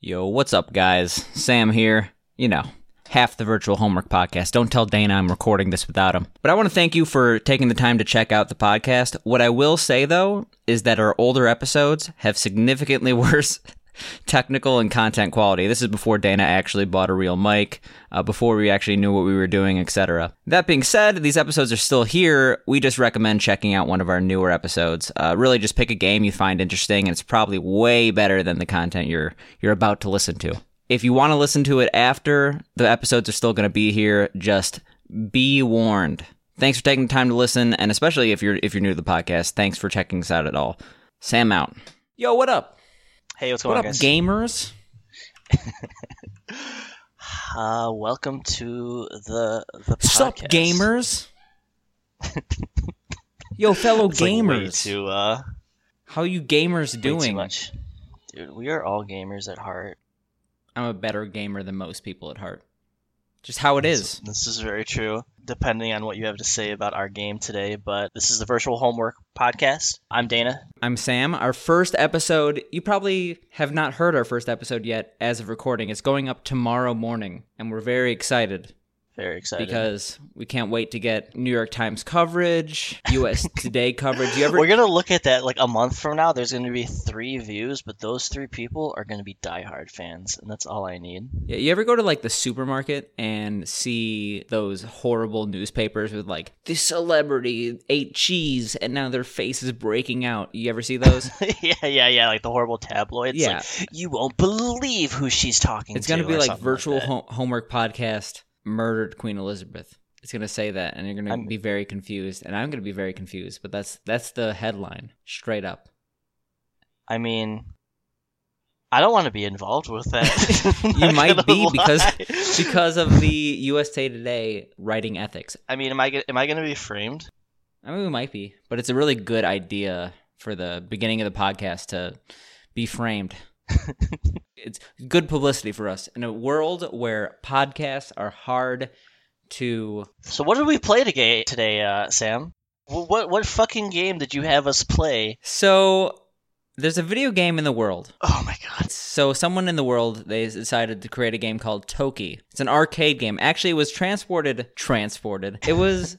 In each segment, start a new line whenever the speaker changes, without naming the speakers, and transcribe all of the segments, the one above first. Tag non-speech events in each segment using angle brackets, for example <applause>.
Yo, what's up, guys? Sam here. You know, half the virtual homework podcast. Don't tell Dana I'm recording this without him. But I want to thank you for taking the time to check out the podcast. What I will say, though, is that our older episodes have significantly <laughs> worse technical and content quality. This is before Dana actually bought a real mic, uh, before we actually knew what we were doing, etc. That being said, these episodes are still here. We just recommend checking out one of our newer episodes. Uh, really, just pick a game you find interesting, and it's probably way better than the content you're you're about to listen to. If you want to listen to it after the episodes are still going to be here, just be warned. Thanks for taking the time to listen, and especially if you're if you're new to the podcast, thanks for checking us out at all. Sam out. Yo, what up?
Hey, what's going
What
on,
up,
guys?
gamers?
Uh, welcome to the the
Sup,
podcast.
gamers? Yo, fellow
It's like way
gamers,
too uh,
how you gamers
way too
doing?
much, dude. We are all gamers at heart.
I'm a better gamer than most people at heart. Just how it is.
This is very true. Depending on what you have to say about our game today, but this is the virtual homework podcast. I'm Dana.
I'm Sam. Our first episode, you probably have not heard our first episode yet as of recording. It's going up tomorrow morning, and we're very excited
Very excited.
because we can't wait to get New York Times coverage,
<laughs>
US Today coverage. You ever
we're gonna look at that like a month from now. There's gonna be three views, but those three people are gonna be diehard fans, and that's all I need.
Yeah, you ever go to like the supermarket and see those horrible newspapers with like this celebrity ate cheese and now their face is breaking out? You ever see
<laughs>
those?
<laughs> yeah, yeah, yeah. Like the horrible tabloids.
yeah,
Like, you won't believe who she's talking
it's
to.
gonna be
or
like
something
virtual
that.
ho- homework podcast murdered Queen Elizabeth. It's gonna say that, and you're gonna
I'm-
be very confused, and I'm gonna be very confused. But that's that's the headline straight up.
I mean, I don't want to be involved with
<laughs>
that. <laughs> I'm
You
not
might
gonna
be because-
lie.
<laughs> Because of the USA Today writing ethics,
I mean, am I ge- am I going to be framed? <laughs>
I mean, we might be, but it's a really good idea for the beginning of the podcast to be framed. it's good publicity for us in a world where podcasts are hard to.
So what did we play today, today uh, Sam? Wh- What what fucking game did you have us play?
So, there's a video game in the world.
Oh my god!
So, someone in the world they decided to create a game called Toki. It's an arcade game. Actually, it was transported, transported. It
<laughs>
was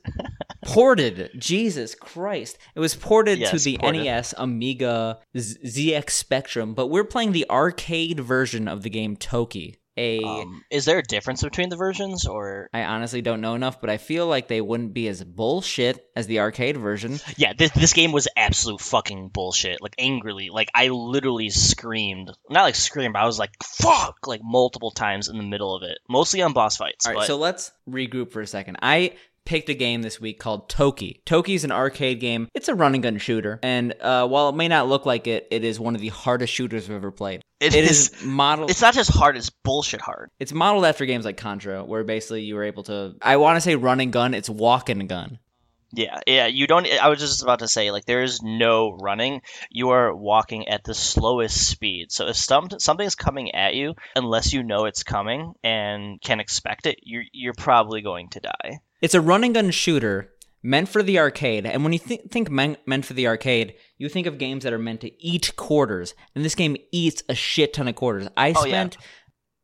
ported. Jesus Christ! It was ported to
Yes,
the
ported.
NES Amiga Z- ZX Spectrum, but we're playing the arcade version of the game Toki. A I
Um, is there a difference between the versions, or
honestly don't know enough, but I feel like they wouldn't be as bullshit as the arcade version.
yeah, this this game was absolute fucking bullshit. Like angrily, like I literally screamed, not like screamed, but I was like fuck, like multiple times in the middle of it, mostly on boss fights.
All right,
but
so let's regroup for a second. I picked a game this week called Toki. Toki's an arcade game. It's a run and gun shooter, and uh, while it may not look like it, it is one of the hardest shooters I've ever played. It is modeled.
It's not just hard; it's bullshit hard.
It's modeled after games like Contra, where basically you were able to. I want to say run and gun. It's walk and gun.
Yeah, yeah, you don't. I was just about to say, like, there is no running. You are walking at the slowest speed. So if some, something's coming at you, unless you know it's coming and can expect it, you're you're probably going to die.
It's a run and gun shooter meant for the arcade. And when you thi- think men- meant for the arcade, you think of games that are meant to eat quarters. And this game eats a shit ton of quarters. I
Oh, yeah.
spent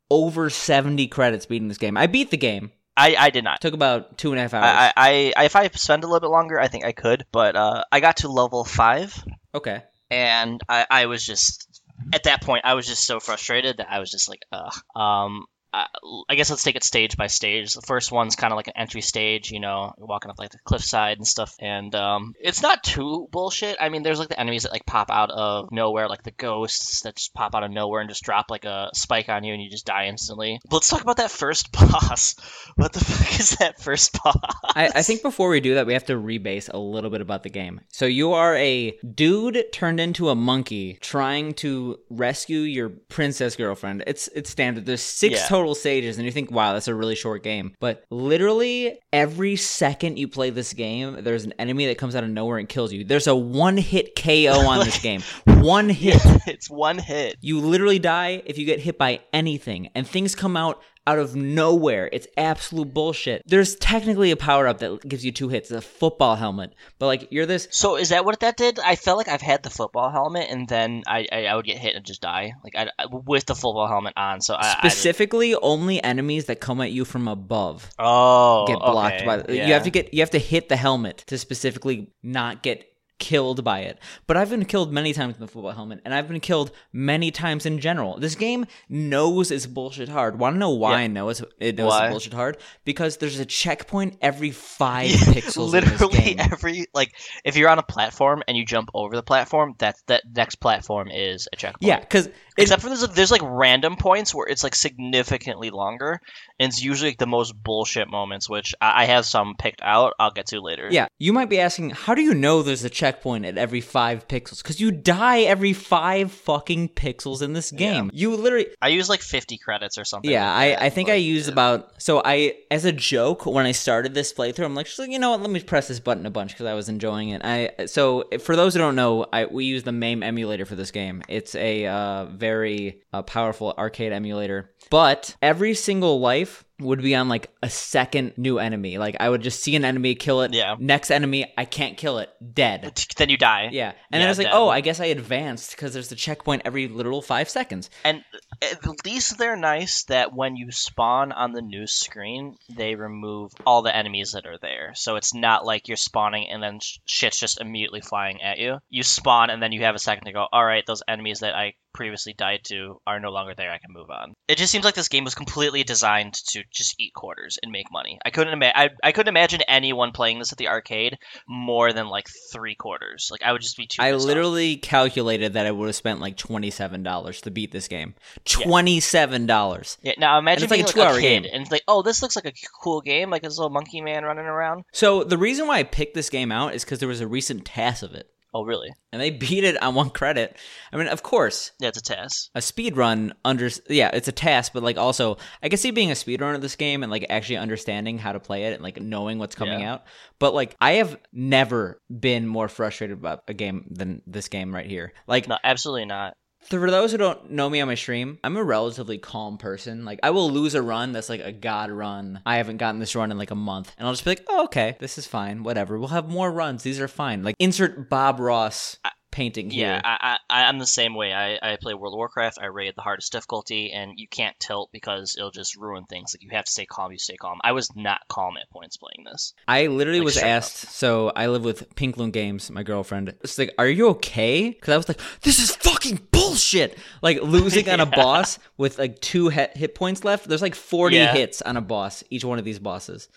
over 70 credits beating this game. I beat the game.
I I did not.
Took about two and a half hours.
I, I, I if I spend a little bit longer, I think I could. But uh, I got to level five,
okay.
and I I was just at that point I was just so frustrated that I was just like, ugh. Um, I I guess let's take it stage by stage. The first one's kind of like an entry stage, you know, you're walking up like the cliffside and stuff. And um, it's not too bullshit. I mean, there's like the enemies that like pop out of nowhere, like the ghosts that just pop out of nowhere and just drop like a spike on you and you just die instantly. But let's talk about that first <laughs> boss. What the <laughs> fuck is that first boss? <laughs>
I, I think before we do that, we have to rebase a little bit about the game. So you are a dude turned into a monkey trying to rescue your princess girlfriend. It's it's standard. There's six
Yeah.
total stages, and you think, wow, that's a really short game. But literally every second you play this game, there's an enemy that comes out of nowhere and kills you. There's a one hit KO on this game. One hit.
it's one hit.
You literally die if you get hit by anything, and things come out out of nowhere. It's absolute bullshit. There's technically a power up that gives you two hits, a football helmet, but like you're this.
So is that what that did? I felt like I've had the football helmet, and then I I, I would get hit and just die, like I, I- with the football helmet on. So I, I didn't-
Specifically, only enemies that come at you from above
oh
get blocked
okay,
by. the
yeah.
You have to get you have to hit the helmet to specifically not get killed by it. But I've been killed many times in the football helmet, and I've been killed many times in general. This game knows it's bullshit hard. Want to know why I know it's, it knows
Why?
it's bullshit hard? Because there's a checkpoint every five
<laughs> Yeah,
pixels. in this
literally
game.
every like if you're on a platform and you jump over the platform, that's that next platform is a checkpoint.
Yeah, because
Except for there's there's like random points where it's like significantly longer, and it's usually like the most bullshit moments, which I, I have some picked out. I'll get to later.
yeah, you might be asking, how do you know there's a checkpoint at every five pixels? Because you die every five fucking pixels in this game. You literally,
I use like 50 credits or something.
yeah.
like that,
I, I think
like,
I used about so I as a joke when I started this playthrough, I'm like, just like, you know what? Let me press this button a bunch because I was enjoying it. I so for those who don't know, I we use the MAME emulator for this game. It's a uh, very uh, powerful arcade emulator, but every single life would be on like a second new enemy. Like I would just see an enemy, kill it.
Yeah.
Next enemy, I can't kill it. Dead.
Then you die.
Yeah. And then
Yeah,
I was like,
dead.
oh, I guess I advanced because there's the checkpoint every literal five seconds.
And uh, at least they're nice that when you spawn on the new screen, they remove all the enemies that are there. So it's not like you're spawning and then sh- shit's just immediately flying at you. You spawn and then you have a second to go, all right, those enemies that I previously died to are no longer there. I can move on. It just seems like this game was completely designed to just eat quarters and make money. I couldn't imagine I, I couldn't imagine anyone playing this at the arcade more than like 3 quarters. Like I would just be too
I
pissed off.
literally calculated that I would have spent like twenty seven dollars to beat this game. Twenty seven dollars.
Yeah, now imagine
it's like
being
a
like a,
two-hour
kid
game.
and it's like, oh, this looks like a cool game, like this little monkey man running around.
So the reason why I picked this game out is because there was a recent TAS of it,
Oh, really?
and they <laughs> beat it on one credit. I mean, of course,
Yeah, it's a test.
a speed run under yeah, it's a task, but like also I can see being a speed runner of this game and like actually understanding how to play it and like knowing what's coming
Yeah.
out. But like I have never been more frustrated about a game than this game right here. Like
No, absolutely not.
For those who don't know me on my stream, I'm a relatively calm person. Like, I will lose a run that's like a god run. I haven't gotten this run in like a month. And I'll just be like, oh, okay, this is fine. Whatever. We'll have more runs. These are fine. Like, insert Bob Ross painting here.
Yeah, I, I, I- I'm the same way. I, I play World of Warcraft. I raid the hardest difficulty, and you can't tilt because it'll just ruin things. Like you have to stay calm. You stay calm. I was not calm at points playing this.
I literally
Like,
was
straight up.
asked. So I live with Pink Loon Games, my girlfriend. It's like, are you okay? Because I was like, this is fucking bullshit. Like losing on a
<laughs> Yeah.
boss with like two he- hit points left. There's like 40
Yeah.
hits on a boss, each one of these bosses.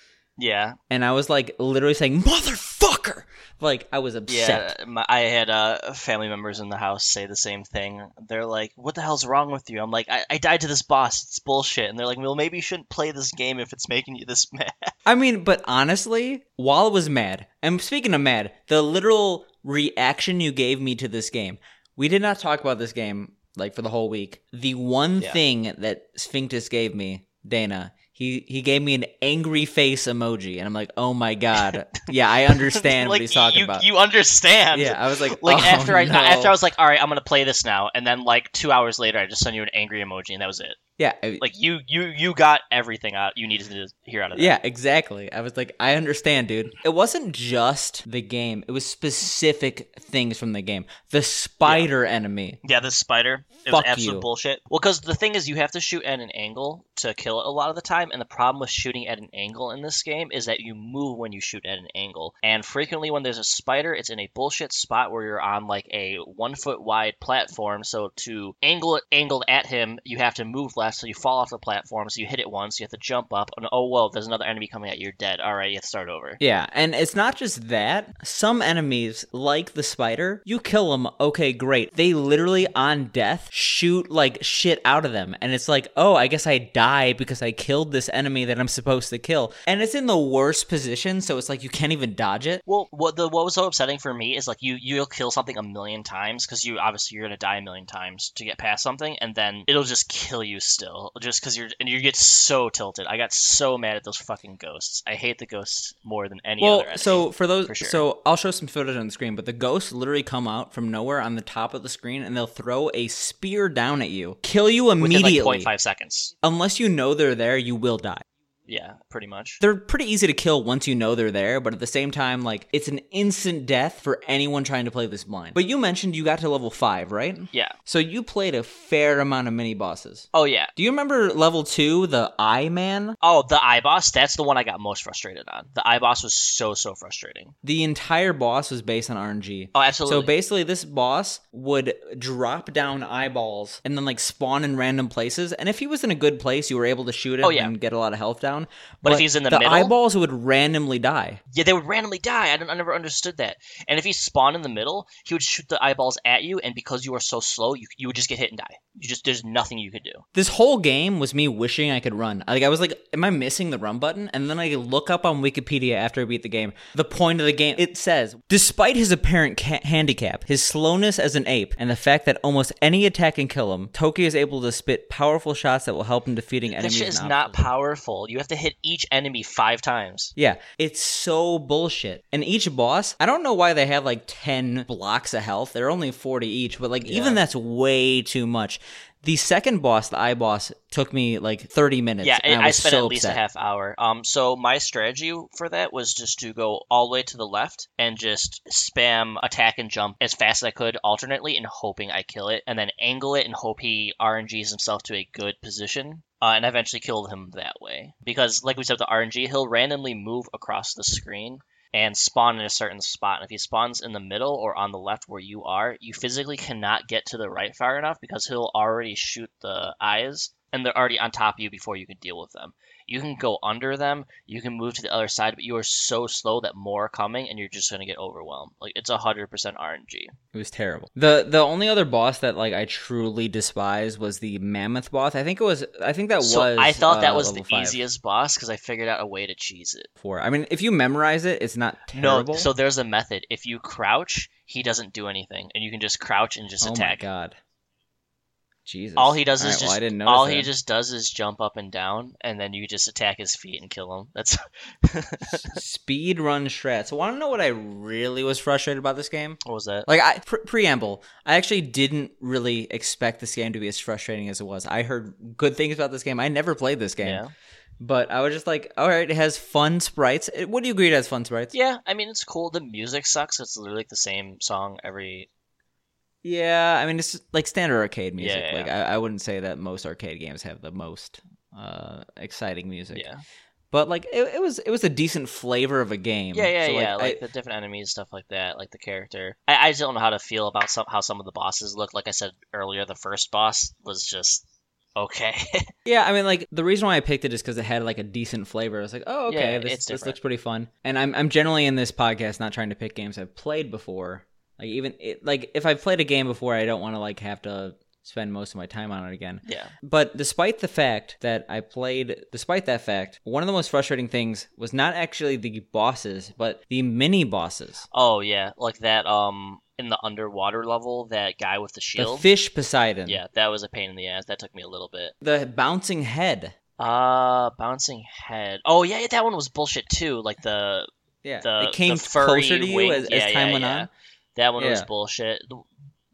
Yeah,
And I was like literally saying, motherfucker! Like I was upset.
yeah. My, I had uh, family members in the house say the same thing. They're like, "What the hell's wrong with you?" I'm like, "I, I died to this boss. It's bullshit." And they're like, "Well, maybe you shouldn't play this game if it's making you this <laughs> mad."
I mean, but honestly, while I was mad, and speaking of mad, the literal reaction you gave me to this game, we did not talk about this game like for the whole week. The one
Yeah.
thing that Sphinctus gave me, Dana, he he gave me an angry face emoji, and I'm like, oh my
<laughs>
god, yeah, I understand what
Like,
he's talking
you,
about.
You understand.
yeah, I was like, <laughs>
Like
oh,
after I
no.
after I was like, all right, I'm gonna play this now, and then like two hours later, I just sent you an angry emoji, and that was it.
yeah, I-
Like you you you got everything out you needed to hear out of that.
Yeah, exactly. I was like, I understand, dude. It wasn't just the game, it was specific things from the game. The spider enemy.
Yeah, this spider. It
Fuck
was absolute
you.
bullshit. Well, because the thing is, you have to shoot at an angle to kill it a lot of the time, and the problem with shooting at an angle in this game is that you move when you shoot at an angle. And frequently, when there's a spider, it's in a bullshit spot where you're on like a one foot wide platform. So to angle it angled at him, you have to move less, so you fall off the platform. So you hit it once, you have to jump up, and oh whoa, there's another enemy coming at you. You're dead. All right, you have to start over.
Yeah, and it's not just that. Some enemies, like the spider, you kill them, okay, great. They literally on death shoot like shit out of them. And it's like, oh, I guess I die because I killed this enemy that I'm supposed to kill. And it's in the worst position, so it's like you can't even dodge it.
Well, what the what was so upsetting for me is like you you'll kill something a million times because you obviously you're gonna die a million times to get past something, and then it'll just kill you s- still, just because you're and you get so tilted. I got so mad at those fucking ghosts. I hate the ghosts more than any
well,
other. enemy.
so for those,
for sure.
so I'll show some footage on the screen, but the ghosts literally come out from nowhere on the top of the screen, and they'll throw a spear down at you, kill you
within
immediately.
like 0.5 seconds.
Unless you know they're there, you will die.
Yeah, pretty much.
They're pretty easy to kill once you know they're there, but at the same time, like it's an instant death for anyone trying to play this blind. But you mentioned you got to level five, right?
Yeah.
So you played a fair amount of mini bosses.
Oh yeah.
Do you remember level two, the Eye Man?
Oh, the eye boss. That's the one I got most frustrated on. The eye boss was so so frustrating.
The entire boss was based on RNG.
Oh, absolutely.
So basically, this boss would drop down eyeballs and then like spawn in random places. And if he was in a good place, you were able to shoot him
Oh, yeah.
and get a lot of health down.
But if he's in the middle-
eyeballs would randomly die.
yeah, they would randomly die. I, don't, I never understood that. And if he spawned in the middle, he would shoot the eyeballs at you, and because you are so slow, you, you would just get hit and die. You just there's nothing you could do.
This whole game was me wishing I could run. Like I was like, "Am I missing the run button?" And then I look up on Wikipedia after I beat the game. The point of the game it says, despite his apparent ca- handicap, his slowness as an ape, and the fact that almost any attack can kill him, Toki is able to spit powerful shots that will help him defeating
That
enemies.
shit is
and
not
obstacles.
powerful. You have to hit each enemy five times.
Yeah, it's so bullshit. And each boss, I don't know why they have like 10 blocks of health. They're only 40 each, but like even that's way too much. The second boss, the eye boss, took me like 30 minutes.
Yeah,
and
I, I
was
spent
so
at least
upset.
a half hour. Um, so my strategy for that was just to go all the way to the left and just spam attack and jump as fast as I could, alternately, and hoping I kill it, and then angle it and hope he RNGs himself to a good position. Uh, and I eventually killed him that way because, like we said, with the RNG, he'll randomly move across the screen and spawn in a certain spot. And if he spawns in the middle or on the left where you are, you physically cannot get to the right far enough because he'll already shoot the eyes and they're already on top of you before you can deal with them. You can go under them, you can move to the other side, but you are so slow that more are coming and you're just going to get overwhelmed. Like it's 100% RNG.
It was terrible. The the only other boss that like I truly despised was the mammoth boss. I think it was I think that
So
was
I thought that
uh,
was the
level five.
easiest boss because I figured out a way to cheese it.
for. I mean, if you memorize it, it's not terrible.
No, so there's a method. If you crouch, he doesn't do anything, and you can just crouch and just
oh my
attack.
god. Jesus.
All he does
All
is
right,
just
well, I didn't notice
all he
that.
just does is jump up and down, and then you just attack his feet and kill him. That's <laughs>
speed run strat. So, want to know what I really was frustrated about this game?
what was that?
Like, I pre- preamble. I actually didn't really expect this game to be as frustrating as it was. I heard good things about this game. I never played this game,
Yeah,
but I was just like, all right, it has fun sprites. It, what do you agree it has fun sprites?
yeah. I mean, it's cool. The music sucks. It's literally like the same song every.
Yeah, I mean, it's just, like standard arcade music.
Yeah, yeah,
like, I, I wouldn't say that most arcade games have the most uh exciting music.
Yeah,
But like, it, it was it was a decent flavor of a game.
yeah, yeah,
So,
yeah.
I-
Like the different enemies, stuff like that. Like the character. I, I just don't know how to feel about some how some of the bosses look. Like I said earlier, the first boss was just okay. <laughs>
Yeah, I mean, like the reason why I picked it is because it had like a decent flavor. I was like, oh, okay,
Yeah,
this, this
it's different.
looks pretty fun. And I'm I'm generally in this podcast not trying to pick games I've played before. Like even it, like if I've played a game before, I don't want to like have to spend most of my time on it again.
yeah.
But despite the fact that I played, despite that fact, one of the most frustrating things was not actually the bosses, but the mini bosses.
Oh yeah, like that. Um, in the underwater level, that guy with the
The
shield.
fish Poseidon.
yeah, that was a pain in the ass. That took me a little bit.
The bouncing head.
Uh, bouncing head. Oh yeah, yeah, that one was bullshit too. Like the
Yeah.
The-
it came
the furry
closer to you
wing-
as, as
yeah, yeah,
time went
yeah.
on.
that one was
Yeah.
bullshit.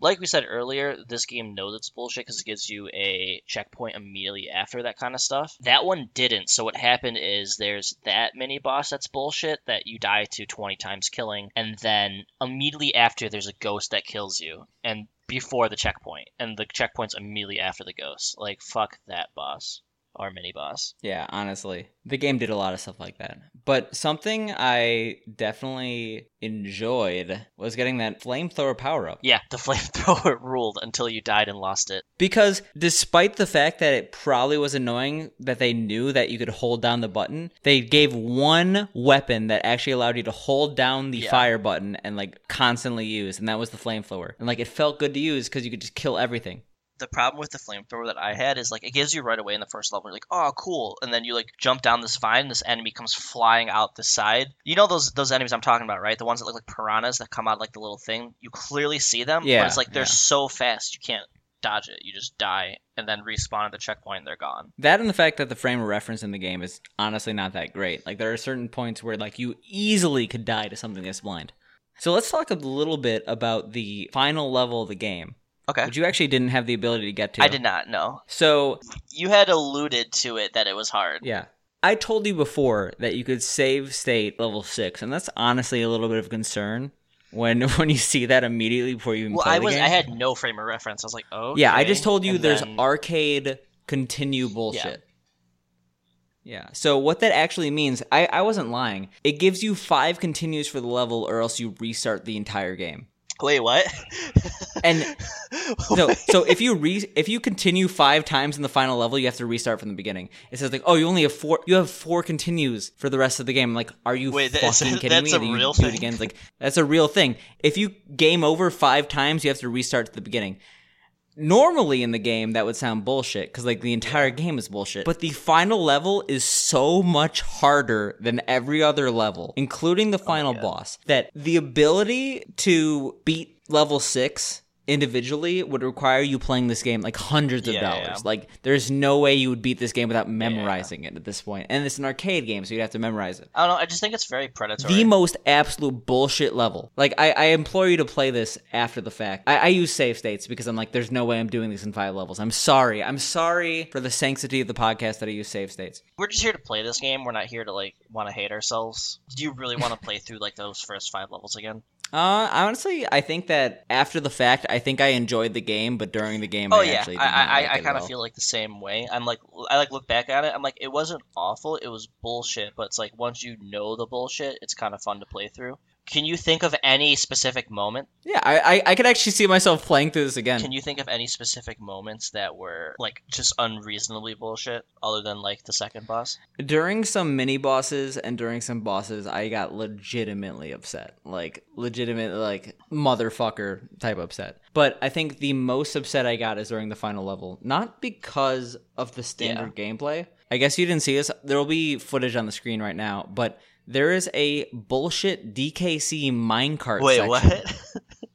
Like we said earlier, this game knows it's bullshit because it gives you a checkpoint immediately after that kind of stuff. That one didn't. So what happened is there's that mini boss that's bullshit that you die to 20 times killing, and then immediately after there's a ghost that kills you, and before the checkpoint, and the checkpoint's immediately after the ghost. Like fuck that boss or mini boss.
Yeah, honestly. The game did a lot of stuff like that. But something I definitely enjoyed was getting that flamethrower power up.
Yeah, the <laughs> flamethrower ruled until you died and lost it.
Because despite the fact that it probably was annoying that they knew that you could hold down the button, they gave one weapon that actually allowed you to hold down the
Yeah.
fire button and like constantly use, and that was the flamethrower. And like it felt good to use because you could just kill everything.
The problem with the flamethrower that I had is like it gives you right away in the first level. You're like, oh, cool, and then you like jump down this vine, and this enemy comes flying out the side. You know those those enemies I'm talking about, right? The ones that look like piranhas that come out like the little thing. You clearly see them,
Yeah,
but it's like they're
yeah.
so fast you can't dodge it. You just die and then respawn at the checkpoint. and They're gone.
That and the fact that the frame of reference in the game is honestly not that great. Like there are certain points where like you easily could die to something that's blind. So let's talk a little bit about the final level of the game,
Okay.
which you actually didn't have the ability to get to.
I did not know.
So
You had alluded to it that it was hard.
yeah, I told you before that you could save state level six, and that's honestly a little bit of concern when <laughs> when you see that immediately before you even
Well,
play
I
the
was
game.
I had no frame of reference. I was like, oh.
Yeah, I just told you
and
there's
then-
arcade continue bullshit. Yeah. So what that actually means, I, I wasn't lying. It gives you five continues for the level, or else you restart the entire game.
Wait, what? <laughs>
And so, so if you re if you continue five times in the final level, you have to restart from the beginning. It says like, oh, you only have four. You have four continues for the rest of the game. I'm like, are you
Wait,
fucking
<laughs> that's-
kidding
that's
me?
a
That you
real
do it
thing?
again. It's like that's a real thing. If you game over five times, you have to restart to the beginning. Normally in the game, that would sound bullshit because like the entire game is bullshit. But the final level is so much harder than every other level, including the
Oh,
final boss, that the ability to beat level six individually would require you playing this game like hundreds of
Yeah,
dollars.
yeah.
Like there's no way you would beat this game without memorizing it at this point. And it's an arcade game, so you'd have to memorize it
I don't know. I just think it's very predatory.
the most absolute bullshit level. Like, I, I implore you to play this after the fact. I, I use save states because I'm like, there's no way I'm doing this in five levels. I'm sorry. I'm sorry for the sanctity of the podcast that I use save states.
We're just here to play this game. We're not here to like want to hate ourselves. Do you really want to play through like those first five
<laughs>
levels again?
Uh, honestly, I think that after the fact, I think I enjoyed the game, but during the game,
Oh
I
yeah,
actually did not
I I,
like
I
it at
kind
all.
of feel like the same way. I'm like I like look back at it. I'm like it wasn't awful. It was bullshit. But it's like once you know the bullshit, it's kind of fun to play through. Can you think of any specific moment?
Yeah, I, I, I could actually see myself playing through this again.
Can you think of any specific moments that were like just unreasonably bullshit, other than like the second boss?
during some mini bosses and during some bosses, I got legitimately upset. Like, legitimate, like, motherfucker type upset. But I think the most upset I got is during the final level. Not because of the standard gameplay. I guess you didn't see this. There will be footage on the screen right now, but there is a bullshit DKC minecart
Wait,
section.
what?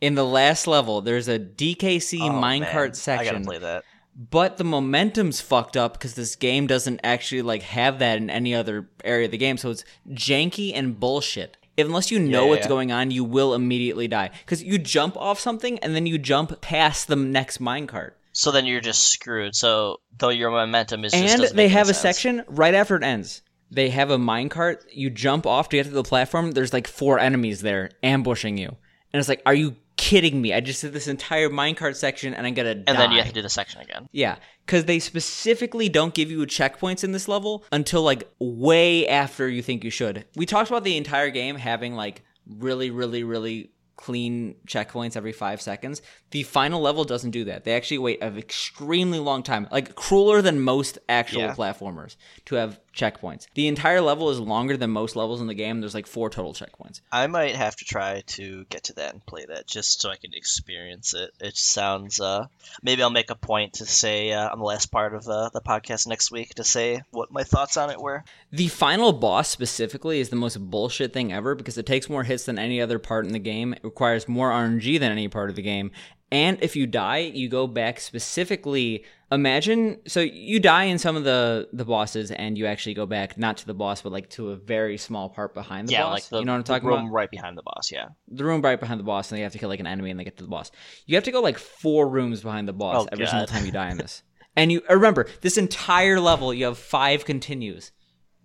In the last level, there's a DKC
<laughs> Oh, man.
minecart
I gotta
section
play that.
but the momentum's fucked up because this game doesn't actually like have that in any other area of the game so it's janky and bullshit unless you know
Yeah,
what's
yeah.
going on you will immediately die because you jump off something and then you jump past the next minecart
So then you're just screwed. So though your momentum is just
and
doesn't
they
make any
have a
sense.
section right after it ends they have a minecart you jump off to get to the platform there's like four enemies there ambushing you and it's like are you kidding me i just did this entire minecart section and i'm gonna die
and then you have to do the section again.
Yeah, because they specifically don't give you checkpoints in this level until like way after you think you should. We talked about the entire game having like really, really, really clean checkpoints every five seconds. The final level doesn't do that. They actually wait an extremely long time, like crueler than most actual
Yeah.
platformers to have checkpoints. The entire level is longer than most levels in the game. There's like four total checkpoints.
I might have to try to get to that and play that just so I can experience it. It sounds uh maybe I'll make a point to say uh, on the last part of uh, the podcast next week to say what my thoughts on it were.
The final boss specifically is the most bullshit thing ever because it takes more hits than any other part in the game. It requires more RNG than any part of the game. And if you die, you go back specifically. Imagine so you die in some of the the bosses, and you actually go back not to the boss, but like to a very small part behind the
yeah,
boss.
like the,
you know what I'm
the
talking
room
about?
right behind the boss. Yeah.
The room right behind the boss, and they have to kill like an enemy, and they get to the boss. You have to go like four rooms behind the boss
Oh,
every
God.
single time you
<laughs>
die in this. and you uh, remember this entire level, you have five continues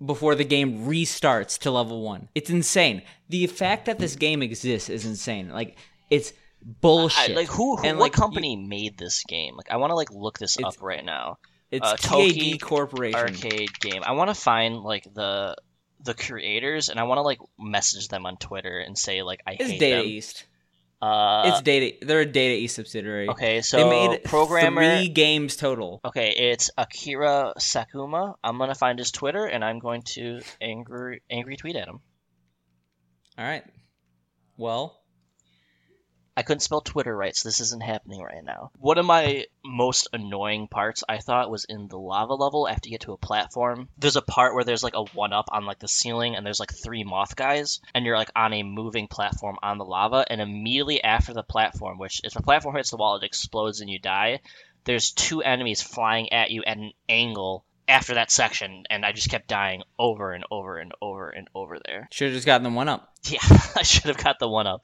before the game restarts to level one. It's insane. The fact that this game exists is insane. Like it's
I,
bullshit.
like who, who
And,
what
like, you-
company made this game? Like I want to like look this up right now.
It's
uh, Toki
TAD Corporation.
Arcade game. I want to find like the the creators and I want to like message them on Twitter and say like I
It's
hate
Data
them.
East.
Uh,
It's Data. They're a Data East subsidiary.
okay, so
they made
programmer
three games total.
Okay, it's Akira Sakuma. I'm gonna find his Twitter and I'm going to angry angry tweet at him.
All right. Well,
I couldn't spell Twitter right, so this isn't happening right now. One of my most annoying parts, I thought, was in the lava level after you get to a platform. There's a part where there's like a one up on like the ceiling, and there's like three moth guys, and you're like on a moving platform on the lava, and immediately after the platform, which if the platform hits the wall, it explodes and you die. There's two enemies flying at you at an angle after that section, and I just kept dying over and over and over and over there.
Should have just gotten the one up.
Yeah, <laughs> I should have got the one up.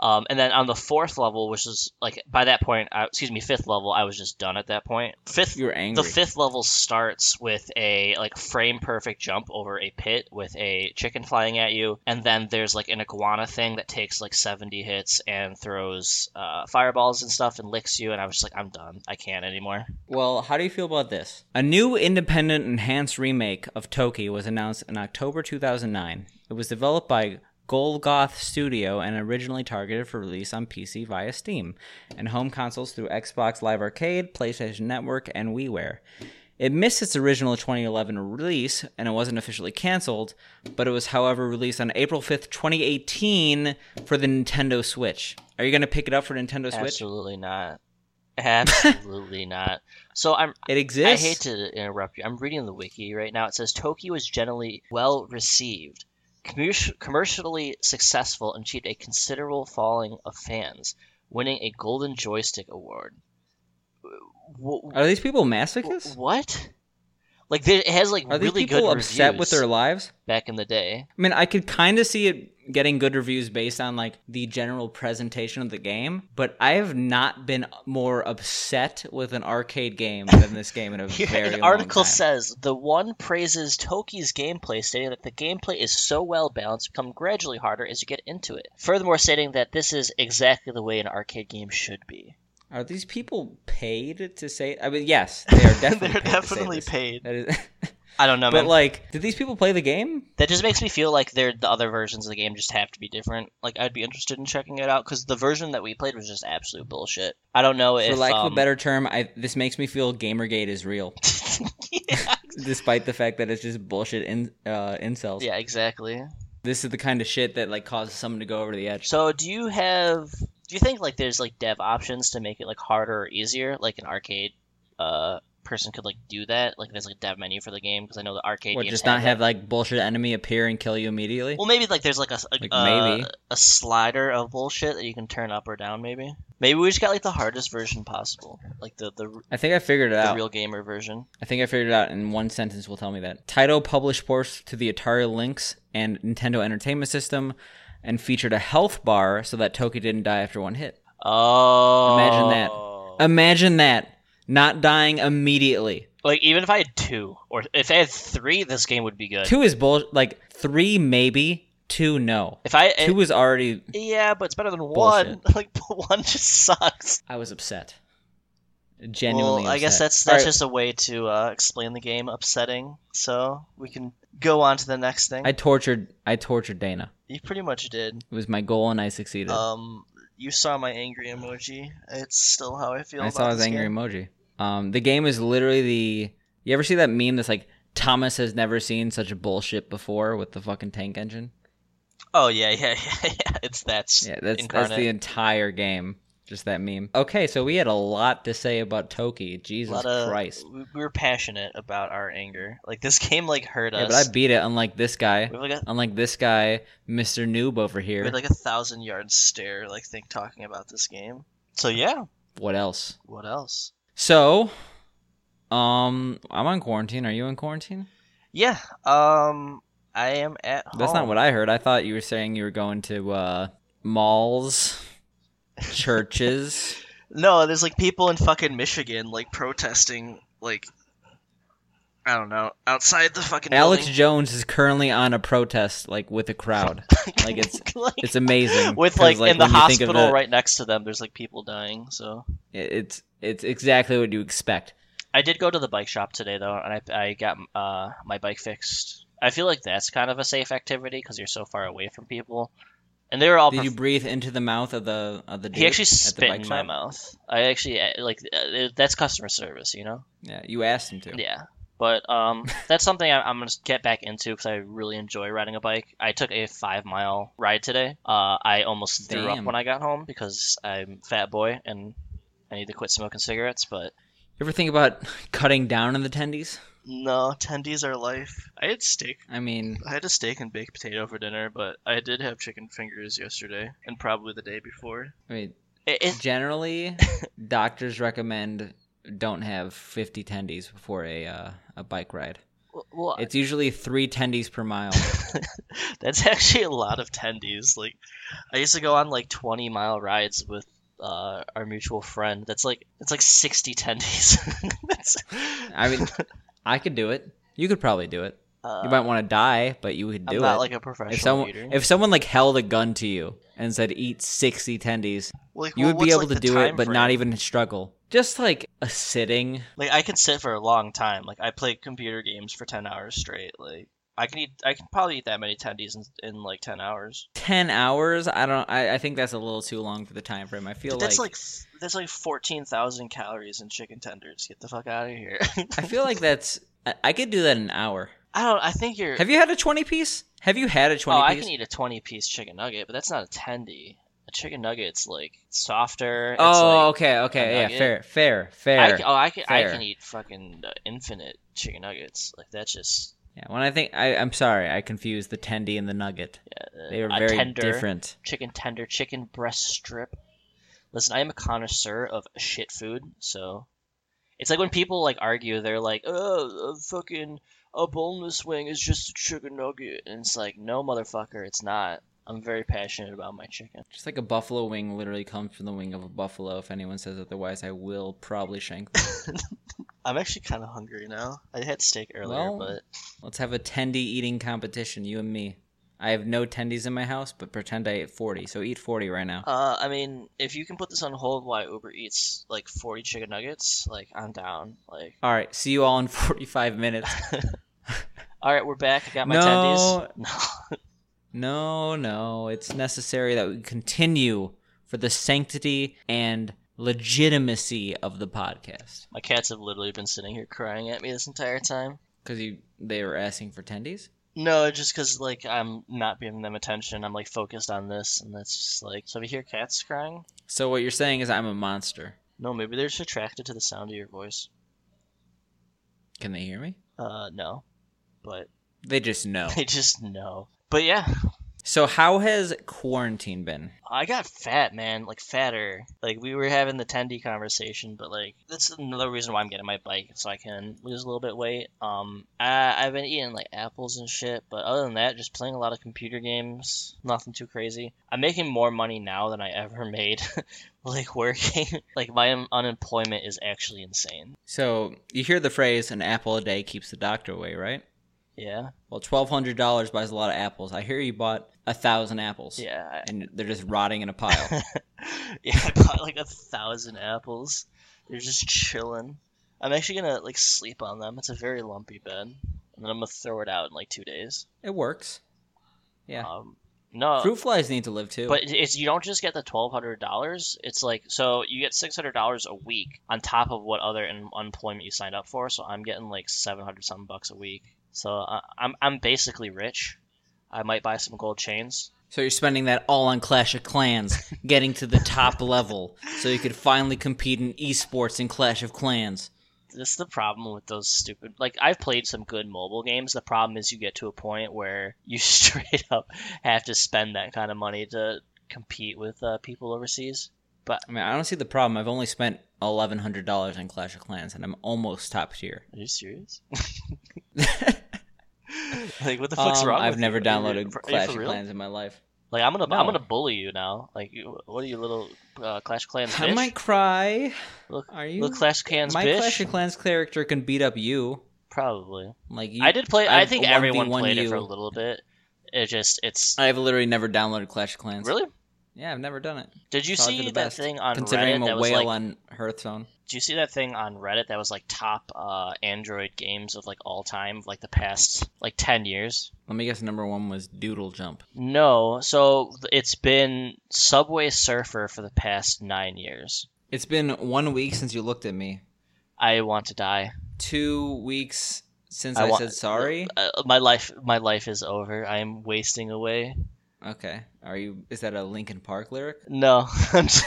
Um, and then on the fourth level, which is like by that point, uh, excuse me, fifth level, I was just done at that point. Fifth,
You were angry.
the fifth level starts with a like frame perfect jump over a pit with a chicken flying at you, and then there's like an iguana thing that takes like 70 hits and throws uh, fireballs and stuff and licks you, and I was just like, I'm done, I can't anymore.
Well, how do you feel about this? A new independent enhanced remake of Toki was announced in October 2009. It was developed by Golgoth Studio and originally targeted for release on PC via Steam and home consoles through Xbox Live Arcade, PlayStation Network, and WiiWare. It missed its original 2011 release and it wasn't officially canceled, but it was, however, released on April 5th, 2018 for the Nintendo Switch. Are you going to pick it up for Nintendo Switch?
Absolutely not. Absolutely <laughs> not. So I'm
It exists.
I hate to interrupt you. I'm reading the wiki right now. It says Toki was generally well received, commu- commercially successful, and achieved a considerable following of fans, winning a Golden Joystick Award. W-
Are these people
w-
masochists?
what? Like they, it has like
Are these
really good
people upset with their
reviews
lives?
back in the day.
I mean, I could kind of see it getting good reviews based on like the general presentation of the game, but I have not been more upset with an arcade game than this game in
<laughs>
a
Here,
very
an
long
article
time.
says the one praises Toki's gameplay, stating that the gameplay is so well balanced, become gradually harder as you get into it. Furthermore, stating that this is exactly the way an arcade game should be.
Are these people paid to say? I mean, yes, they
<laughs>
are definitely.
They're
paid
definitely
to say this.
paid.
That
<laughs>
is,
I don't know,
but
man.
like, did these people play the game?
that just makes me feel like they're the other versions of the game just have to be different. Like I'd be interested in checking it out because the version that we played was just absolute bullshit. I don't know
For
if
lack of
um,
a better term, I this makes me feel GamerGate is real, <laughs>
yeah,
despite the fact that it's just bullshit in uh, incels.
<laughs> yeah, exactly.
This is the kind of shit that like causes someone to go over the edge.
So do you have? Do you think like there's like dev options to make it like harder or easier? Like an arcade uh person could like do that. Like there's like a dev menu for the game because I know the arcade
Or
games
just not
that.
have like bullshit enemy appear and kill you immediately.
Well, maybe like there's like a a,
Like,
uh,
maybe.
a slider of bullshit that you can turn up or down. Maybe maybe we just got like the hardest version possible, like the the,
I think I figured it
the
out.
real gamer version.
I think I figured it out in one sentence will tell me that. Taito published ports to the Atari Lynx and Nintendo Entertainment System and featured a health bar so that Toki didn't die after one hit.
Oh,
Imagine that. Imagine that. Not dying immediately.
Like even if I had two or if I had three, this game would be good.
Two is bull like three maybe, two no.
If I eh,
Two was already
yeah, but it's better than one.
Bullshit.
<laughs> Like one just sucks.
I was upset. Genuinely
well, I guess
upset.
that's
All
that's
right,
just a way to uh, explain the game upsetting. So we can go on to the next thing.
I tortured I tortured Dana.
You pretty much did.
It was my goal and I succeeded.
Um, you saw my angry emoji. It's still how I feel.
I
about
saw his
this
angry
Game.
emoji. Um, the game is literally the. You ever see that meme that's like Thomas has never seen such bullshit before with the fucking tank engine?
Oh yeah, <laughs> yeah, yeah, yeah. It's that's
Yeah, that's that's the
Incarnate.
entire game. Just that meme. Okay, so we had a lot to say about Toki. Jesus
lot of
Christ.
we we were passionate about our anger. Like this <laughs> game, like hurt
Yeah,
us.
but I beat it. Unlike this guy,
we have like a,
unlike this guy, Mister Noob over
we
here.
had like a thousand yard stare. Like think talking about this game. So yeah,
what else?
what else?
So, um, I'm on quarantine. Are you in quarantine?
Yeah, um, I am at home.
That's not what I heard. I thought you were saying you were going to uh, malls, churches.
No, there's like people in fucking Michigan like protesting like I don't know, outside the fucking
Alex
<laughs> building.
Jones is currently on a protest, like with a crowd. like, it's-
<laughs> like,
It's amazing.
with
'cause,
like,
when you
in the
think of
hospital
the-
right next to them there's like people dying, so
It's it's exactly what you expect.
I did go to the bike shop today though and I I got uh my bike fixed. I feel like that's kind of a safe activity cuz you're so far away from people. And they were all
Did
prof-
you breathe into the mouth of the of the? Dude
he actually
at the
spit
bike
in my
shop?
mouth. I actually uh, like uh, that's customer service, you know?
Yeah, you asked him to.
Yeah. But um, that's something I, I'm gonna get back into because I really enjoy riding a bike. I took a five mile ride today. Uh, I almost threw up
Damn.
when I got home because I'm fat boy and I need to quit smoking cigarettes. But
You ever think about <laughs> cutting down on the tendies?
no, tendies are life. I had steak.
I mean,
I had a steak and baked potato for dinner, but I did have chicken fingers yesterday and probably the day before.
I mean,
It, it, <laughs>
generally, doctors recommend don't have 50 tendies before a uh, a bike ride.
well,
It's usually three tendies per mile.
<laughs> That's actually a lot of tendies. Like, I used to go on like twenty mile rides with uh, our mutual friend. That's like that's like sixty tendies. <laughs> that's,
I mean, I could do it. You could probably do it.
uh,
You might want to die, but you could do
I'm not
it.
like a professional
if someone
eater.
if someone like held a gun to you and said eat 60 tendies,
Like,
you
well,
would be
what's,
able
like,
to
the
do
time
it but not
frame?
even struggle. Just like a sitting.
Like, I can sit for a long time. Like, I play computer games for ten hours straight. Like, I can eat. I can probably eat that many tendies in, in like ten hours.
10 hours, I don't I, I think that's a little too long for the time frame. I feel
But that's
like
like f- that's like fourteen thousand calories in chicken tenders. Get the fuck out of here.
I feel like that's I, I could do that in an hour.
<laughs> I don't. I think you're.
Have you had a 20 piece? Have you had a 20
oh,
piece?
I can eat a twenty-piece chicken nugget, but that's not a tendy. A chicken nugget's like softer. It's
oh,
like,
okay, okay. Yeah,
nugget.
fair, fair,
I
fair.
can, oh, I can I
Fair.
can eat fucking uh, infinite chicken nuggets. Like that's just
yeah, when I think I I'm sorry, I confused the tendy and the nugget.
uh,
They are
a
very
tender
different.
chicken tender chicken breast strip. Listen, I am a connoisseur of shit food, so it's like when people like argue, they're like, "Oh, a fucking a boneless wing is just a chicken nugget," and it's like, "No, motherfucker, it's not." I'm very passionate about my chicken.
Just like a buffalo wing literally comes from the wing of a buffalo. If anyone says otherwise, I will probably shank
<laughs>
them.
I'm actually kind of hungry now. I had steak earlier,
Well-
but
Let's have a tendy eating competition, you and me. I have no tendies in my house, but pretend I ate 40. So eat 40 right now.
uh, I mean, if you can put this on hold while Uber eats like 40 chicken nuggets, like I'm down. Like,
All right, see you all in <laughs> 45 minutes.
<laughs> all right, we're back. I got my
No.
tendies. <laughs> No,
No, no, it's necessary that we continue for the sanctity and legitimacy of the podcast.
my cats have literally been sitting here crying at me this entire time.
Because you, they were asking for tendies.
No, just because like I'm not giving them attention. I'm like focused on this, and that's just like. So if you hear cats crying,
So what you're saying is I'm a monster.
no, maybe they're just attracted to the sound of your voice.
Can they hear me?
Uh, no, but
They just
<laughs>
know.
they just know. But yeah,
so how has quarantine been?
I got fat, man, like fatter. Like we were having the tendy conversation, but like that's another reason why I'm getting my bike so I can lose a little bit of weight. Um, I I've been eating like apples and shit, but other than that, just playing a lot of computer games. Nothing too crazy. I'm making more money now than I ever <laughs> made, like working. <laughs> like my un- unemployment is actually insane.
So you hear the phrase "an apple a day keeps the doctor away," right?
Yeah,
Well, twelve hundred dollars buys a lot of apples. I hear you bought a thousand apples,
yeah,
and they're just rotting in a
<laughs>
pile.
yeah. I bought like a thousand apples. They're just chilling. I'm actually gonna like sleep on them. It's a very lumpy bed, and then I'm gonna throw it out in like two days.
it works. Yeah.
Um, no,
Fruit flies need to live too.
but it's you don't just get the twelve hundred dollars. It's like so you get six hundred dollars a week on top of what other un- unemployment you signed up for. So I'm getting like seven hundred something bucks a week. So uh, I'm I'm basically rich. I might buy some gold chains.
So you're spending that all on Clash of
<laughs>
Clans, getting to the top level, so you could finally compete in esports in Clash of Clans.
this is the problem with those stupid like i've played some good mobile games the problem is you get to a point where you <laughs> straight up have to spend that kind of money to compete with uh, people overseas
I mean, I don't see the problem. I've only spent eleven hundred dollars on Clash of Clans, and I'm almost top tier. <laughs>
are you serious <laughs> like what the fuck's
Um,
wrong
I've
with
never
you? Are you-
downloaded
for- are you
Clash
for
of
real?
Clans in my life.
like i'm gonna i'm
No.
gonna bully you now like you, what are you little uh, clash
<laughs>
clans
I
bitch?
might cry.
Look-
Are you?
little clash clans
my
bitch
Clash of Clans character can beat up you.
probably
Like you,
i did play i
I've
think everyone
1v1
played it for a
you.
little bit it just it's
I've literally never downloaded Clash of Clans.
really
Yeah, I've never done it.
did you
Probably
see
the
that
best,
thing on
Considering
Reddit
I'm a
that was
whale
like,
on Hearthstone.
Do you see that thing on Reddit that was like top uh, Android games of like all time, like the past like ten years?
Let me guess. Number one was Doodle Jump.
No, so it's been Subway Surfer for the past nine years.
It's been one week since you looked at me.
I want to die.
two weeks since
I
I,
wa-
said sorry?
Uh, my life, my life is over. I am wasting away.
Okay. Are you? Is that a Linkin Park lyric?
No, <laughs> I'm just-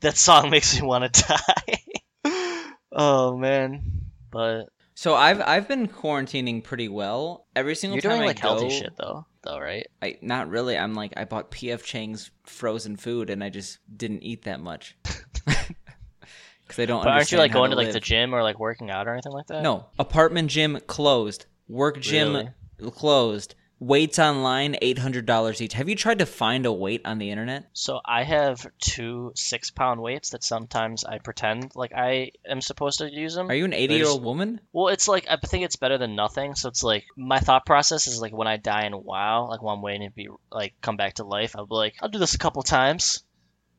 that song makes me want to die. <laughs> oh man, but
So I've I've been quarantining pretty well. Every single
you're
time
doing like
I go,
healthy shit though, though, right?
I not really. I'm like I bought P.F. Chang's frozen food and I just didn't eat that
<laughs>
much <laughs> because I don't.
But aren't you
understand
like
how
going to like
live.
the gym or like working out or anything like that?
No, apartment gym closed. Work gym closed. Weights online, eight hundred dollars each. Have you tried to find a weight on the internet?
So I have two six-pound weights that sometimes I pretend like I am supposed to use them.
Are you an eighty-year-old woman?
Well, it's like I think it's better than nothing. So it's like my thought process is like when I die in WoW, like when I'm waiting to be like come back to life, I'll be like, I'll do this a couple times.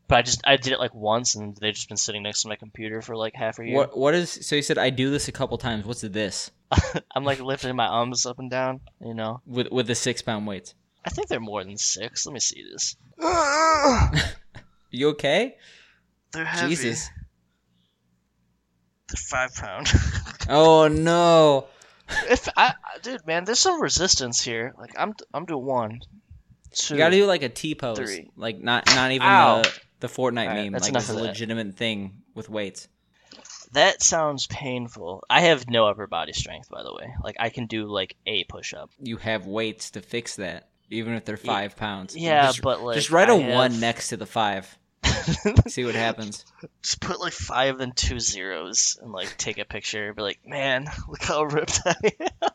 But I just I did it like once, and they've just been sitting next to my computer for like half a year.
What What is? So you said I do this a couple times. What's this
<laughs> I'm like lifting my arms up and down, you know.
with with the six-pound weights?
I think they're more than six. Let me see this.
You okay?
they're heavy.
Jesus.
They're five pound. <laughs>
Oh no.
if I, I- dude, man, there's some resistance here. Like I'm, I'm doing one, two.
You gotta do like a T pose,
three.
like not not even
Ow.
the, the Fortnite
All right,
meme.
that's
Like
enough
it's a
of that.
legitimate thing with weights.
That sounds painful. I have no upper body strength, by the way. Like I can do like a push up.
You have weights to fix that, even if they're
Ye-
five pounds.
Yeah,
just,
but like
just write
a
a one next to the five. See what
<laughs>
happens.
<laughs> Just put like five and two zeros and like take a picture. Be like, man, <laughs> look how ripped I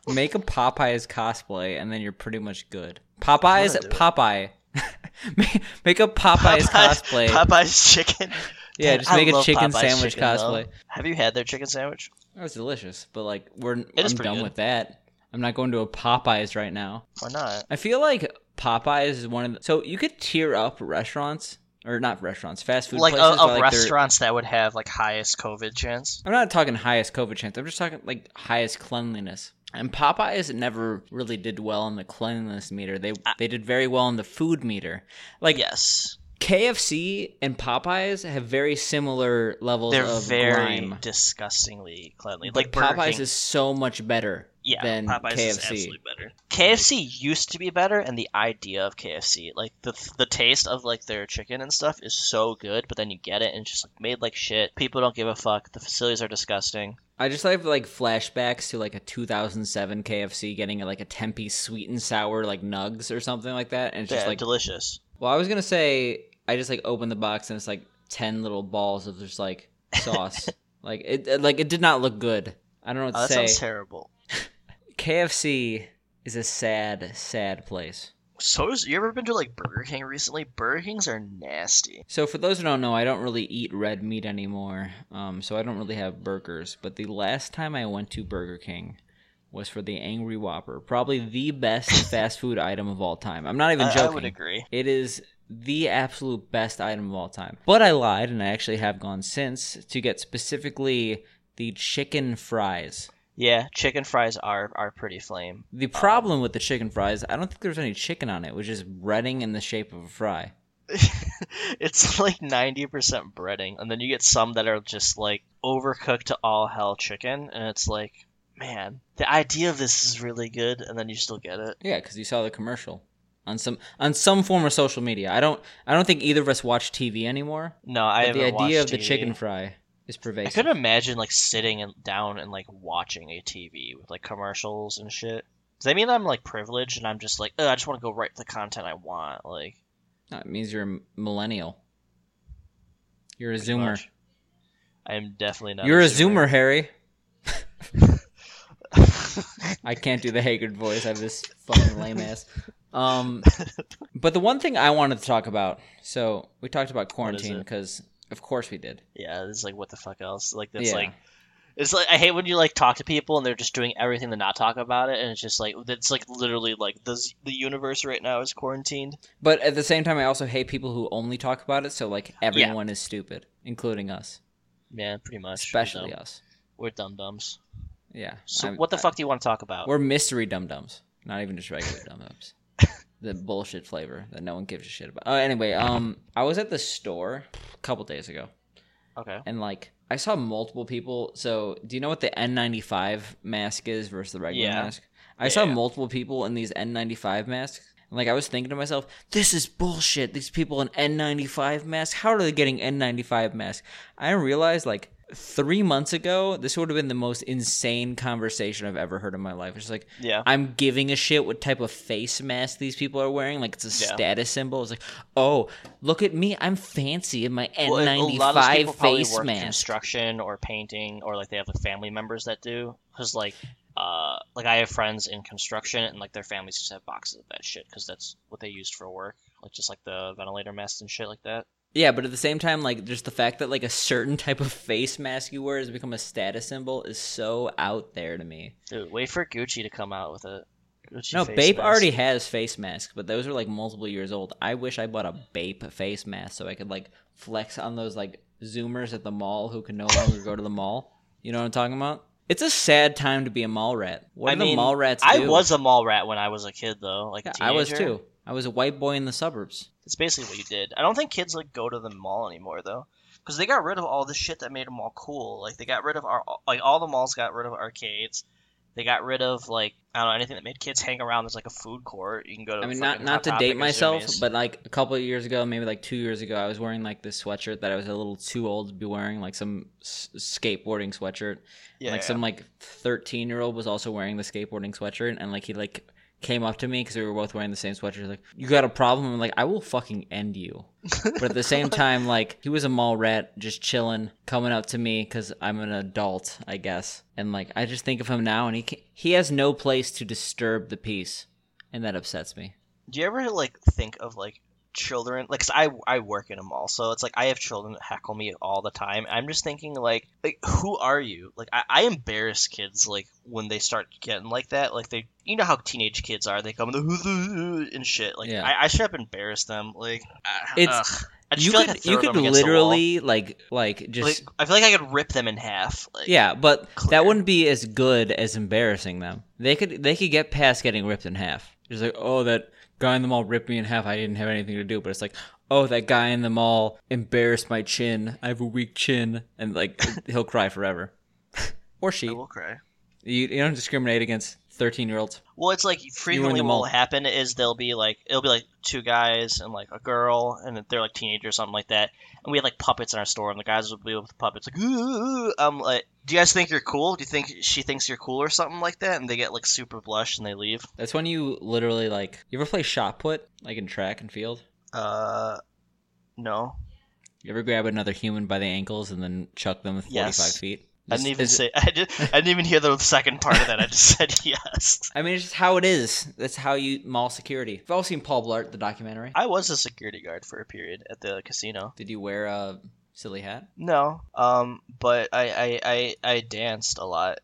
am.
Make a Popeyes cosplay, and then you're pretty much good. Popeyes,
do it.
Popeye. <laughs> Ma- make a Popeyes, cosplay.
<laughs> Popeye's chicken.
yeah,
Man,
just
I
make a
love
chicken
Popeye's
sandwich
chicken, though.
cosplay.
Have you had their chicken sandwich?
That was delicious, but like we're I'm
is
done
pretty good.
with that. I'm not going to a Popeyes right now.
Why not?
I feel like Popeyes is one of the, so you could tier up restaurants or not restaurants, fast food
Like
places.
of,
by,
of
like, their-
restaurants that would have like highest COVID chance.
I'm not talking highest COVID chance. I'm just talking like highest cleanliness. And Popeyes never really did well on the cleanliness meter. They they did very well on the food meter. Like
Yes,
KFC and Popeyes have very similar levels
they're
of
very
grime.
disgustingly cleanly.
Like
like Burger
Popeyes
King
is so much better
Yeah,
than
Popeyes
KFC.
is absolutely better. KFC used to be better, and the idea of KFC, like the the taste of like their chicken and stuff, is so good. But then you get it, and it's just like made like shit. People don't give a fuck. The facilities are disgusting.
I just have like flashbacks to like a 2007 KFC getting like a Tempe sweet and sour like nugs or something like that, and it's
Yeah,
just like.
delicious.
well, I was gonna say I just like opened the box and it's like ten little balls of just like
<laughs>
sauce. like it, it- like it did not look good. I don't know
Oh,
what
that
to
sounds
say.
terrible.
KFC is a sad, sad place.
So is, you ever been to like Burger King recently? Burger Kings are nasty.
So for those who don't know, I don't really eat red meat anymore. Um, so I don't really have burgers. But the last time I went to Burger King was for the Angry Whopper, probably the
<laughs>
best fast food item of all time. I'm not even
I, I
joking.
would agree.
It is the absolute best item of all time. But I lied, and I actually have gone since to get specifically the chicken fries.
Yeah, chicken fries are are pretty flame.
The problem with the chicken fries, I don't think there's any chicken on it, which is breading in the shape of a fry.
<laughs> it's like 90% breading and then you get some that are just like overcooked to all hell chicken and it's like man the idea of this is really good and then you still get it
Yeah, because you saw the commercial on some on some form of social media. I don't I don't think either of us watch TV anymore.
no
But
i haven't
the idea
watched
of the
TV.
chicken fry is
i
pervasive.
could imagine like sitting and down and like watching a tv with like commercials and shit does that mean i'm like privileged and i'm just like Ugh, i just want to go right to the content i want like
No, it means you're a millennial. You're a
pretty
zoomer.
much. i'm definitely not
You're a zoomer, Harry.
<laughs>
I can't do the Haggard voice. I have this fucking lame ass.
<laughs>
Um, but the one thing I wanted to talk about. So we talked about quarantine
it?
because, of course, we did.
yeah it's like what the fuck else like that's
Yeah.
like It's like I hate when you like talk to people and they're just doing everything to not talk about it, and it's just like that's like literally like the the universe right now is quarantined.
But at the same time, I also hate people who only talk about it. So like everyone is stupid, including us,
Yeah, pretty much.
especially
we're, dumb.
us.
we're dumb dumbs.
Yeah.
So
I'm-
what the
I-
fuck do you want to talk about?
We're mystery dum dums, not even just regular dum
<laughs>
dums. The bullshit flavor that no one gives a Uh, shit about. Oh, anyway, um, I was at the store a couple days ago,
Okay.
and like I saw multiple people. So, do you know what the N95 mask is versus the regular
Yeah.
mask? I saw
Yeah.
multiple people in these N95 masks. And, Like I was thinking to myself, this is bullshit. These people in N95 masks. How are they getting N95 masks? I realized like three months ago, this would have been the most insane conversation I've ever heard in my life. It's just like,
Yeah.
<laughs> I'm giving a shit what type of face mask these people are wearing. Like it's a
Yeah.
status symbol. It's like, oh, look at me, I'm fancy in my
Well, a-
N95
a lot of those people probably
face
work
mask.
construction or painting, or like they have like family members that do. Because like, uh, like I have friends in construction, and like their families just have boxes of that shit because that's what they used for work. Like just like the ventilator masks and shit like that.
Yeah, but at the same time, like just the fact that like a certain <laughs> type of face mask you wear has become a status symbol is so out there to me.
Dude, wait for Gucci to come out with a Gucci
no,
face
Bape
mask.
already has face masks, but those are like multiple years old. I wish I bought a Bape face mask so I could like flex on those like Zoomers at the mall who can no longer go to the mall. You know what I'm talking about? It's a sad time to be a mall rat. What
I
do the
mean,
mall rats
I
do?
was a mall rat when I was a kid, though. Like a
Yeah, I was
teenager.
too. I was a white boy in the suburbs.
It's basically what you did. I don't think kids like go to the mall anymore though, because they got rid of all the shit that made a mall cool. Like they got rid of our like all the malls got rid of arcades. They got rid of like I don't know anything that made kids hang around. There's like a food court. You can go to.
I mean, not
fucking
not
Hot
to
Topic
date
or
myself,
Zumiez.
but like a couple of years ago, maybe like two years ago, I was wearing like this sweatshirt that I was a little too old to be wearing, like some s- skateboarding sweatshirt.
yeah,
like
yeah.
some like 13 year old was also wearing the skateboarding sweatshirt and like he like came up to me because we were both wearing the same sweatshirt He's like you got a problem i'm like i will fucking end
<laughs>
you but at the same time like he was a mall rat just chilling coming up to me because i'm an adult i guess and like i just think of him now and he ca he has no place to disturb the peace and that upsets me
Do you ever like think of like children? Like, 'cause I I work in a mall, so it's like I have children that heckle me all the time. I'm just thinking like like who are you? Like I, I embarrass kids like when they start getting like that. Like they you know how teenage kids are. They come the and shit. Like
Yeah.
I, I should have embarrassed them. Like I-
It's-
ugh. I just
you
feel
could
like I throw
you could
them against the wall.
literally like like just
Like, I feel like I could rip them in half. Like,
Yeah, but
clear.
that wouldn't be as good as embarrassing them. They could they could get past getting ripped in half. It's like, oh, that guy in the mall ripped me in half. I didn't have anything to do. But it's like, oh, that guy in the mall embarrassed my chin. I have a weak chin, and like <laughs> he'll cry forever, <laughs> or she.
I
You,
will cry.
you don't discriminate against thirteen year olds.
Well, it's like frequently
the
what
mall.
will happen is there'll be like it'll be like two guys and like a girl and they're like teenagers or something like that, and we had like puppets in our store and the guys would be with the puppets like, "Ooh," I'm like, do you guys think you're cool? Do you think she thinks you're cool or something like that? And they get like super blushed and they leave.
That's when you literally like. You ever play shot put like in track and field?
Uh, no,
You ever grab another human by the ankles and then chuck them forty five
Yes.
feet?
I didn't
Just-
even
is-
say <laughs> I, did, I didn't even hear the second part of that. I just <laughs> said yes.
I mean, it's just how it is. That's how you mall security. I've all seen Paul Blart, the documentary.
I was a security guard for a period at the casino.
Did you wear a silly hat?
No, um, but I I I, I danced a lot.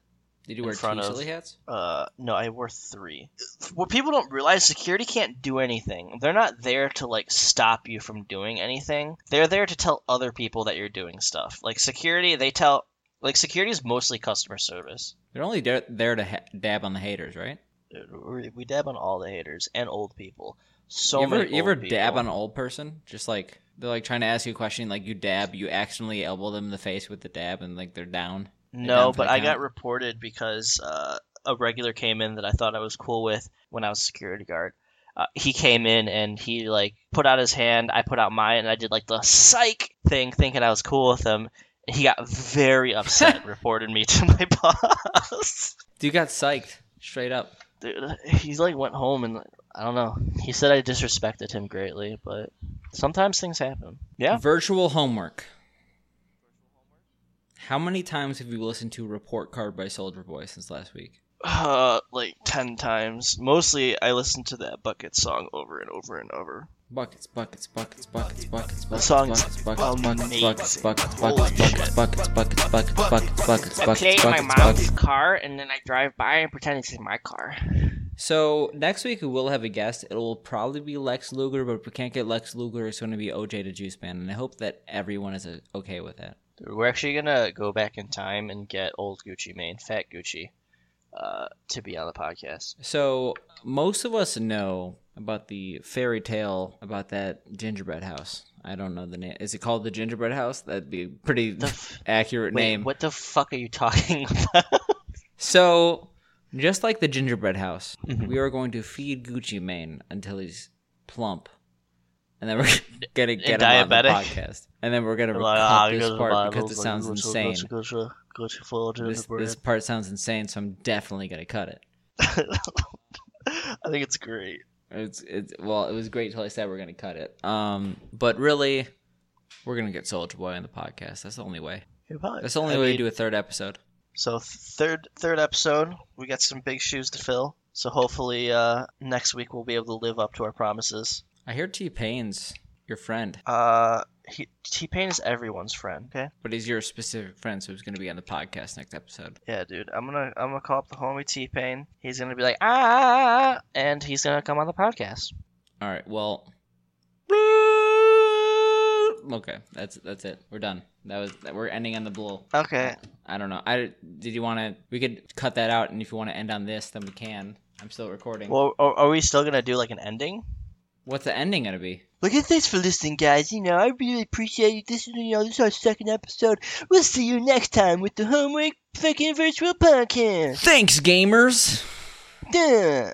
Did you
In
wear
front
two
of-
silly hats?
Uh, no, I wore three. What people don't realize, security can't do anything. They're not there to like stop you from doing anything. They're there to tell other people that you're doing stuff. Like security, they tell like security is mostly customer service.
They're only there, there to ha- dab on the haters, right?
Dude, We we dab on all the haters and old people. So
you ever,
many
you ever
old people.
dab on an old person? Just like they're like trying to ask you a question, like you dab, you accidentally elbow them in the face with the dab, and like they're down.
No,
for
but
the
I got
count?
reported because uh, a regular came in that I thought I was cool with when I was a security guard. Uh, he came in and he like put out his hand, I put out mine, and I did like the psych thing, thinking I was cool with him. He got very
<laughs>
upset, and reported me <laughs> to my boss.
Dude got psyched straight up.
Dude, he like went home and I don't know. He said I disrespected him greatly, but sometimes things happen. Yeah.
Virtual homework. How many times have you listened to "Report Card" by Soldier Boy since last week?
Uh, like ten times. Mostly, I listened to that bucket song over and over and over.
Buckets, buckets, buckets, buckets, buckets,
The
buckets,
song is
buckets, buckets, buckets,
amazing.
buckets, buckets,
Holy
buckets, buckets,
shit.
buckets, buckets, buckets, buckets, buckets,
I play
buckets,
in my
buckets,
mom's
buckets.
car, and then I drive by and pretend it's in my car.
So next week we will have a guest. It will probably be Lex Luger, but if we can't get Lex Luger, it's going to be OJ to Juice Man, and I hope that everyone is uh, okay with that.
We're actually gonna go back in time and get old Gucci Mane, Fat Gucci, uh, to be on the podcast.
So most of us know about the fairy tale about that gingerbread house. I don't know the name. Is it called the gingerbread house? That'd be a pretty
The f-
accurate
Wait,
name.
what the fuck are you talking <laughs> about?
So, just like the gingerbread house,
Mhm.
we are going to feed Gucci Mane until he's plump, and then we're <laughs>
<laughs>
gonna get him on the
diabetic.
podcast, and then we're gonna
Like,
recut
ah,
this
because
part
my
because it
little-
sounds
little-
insane.
little- little- little fold in the
This,
bread.
this part sounds insane, so I'm definitely gonna cut it.
<laughs> I think it's great.
It's it's well, it was great till I said we're gonna cut it. Um, but really, we're gonna get Soldier Boy on the podcast. That's the only way.
You're probably-
That's the only
I
way
mean,
to do a third episode.
So third third episode, we got some big shoes to fill. So hopefully uh, next week we'll be able to live up to our promises.
I hear T Pain's your friend,
Uh, he, T Pain is everyone's friend. Okay.
but he's your specific friend, so he's gonna be on the podcast next episode.
Yeah, dude. I'm gonna I'm gonna call up the homie T Pain. He's gonna be like ah, and he's gonna come on the podcast.
All right. Well. Okay, that's that's it. We're done. That was that we're ending on the blow.
Okay.
I don't know. I did you want to? We could cut that out, and if you want to end on this, then we can. I'm still recording.
Well, are, are we still gonna do like an ending?
What's the ending gonna be?
Look at thanks for listening, guys. You know, I really appreciate you. This is you know, this is our second episode. We'll see you next time with the homework fucking virtual podcast.
Thanks, gamers.
Duh.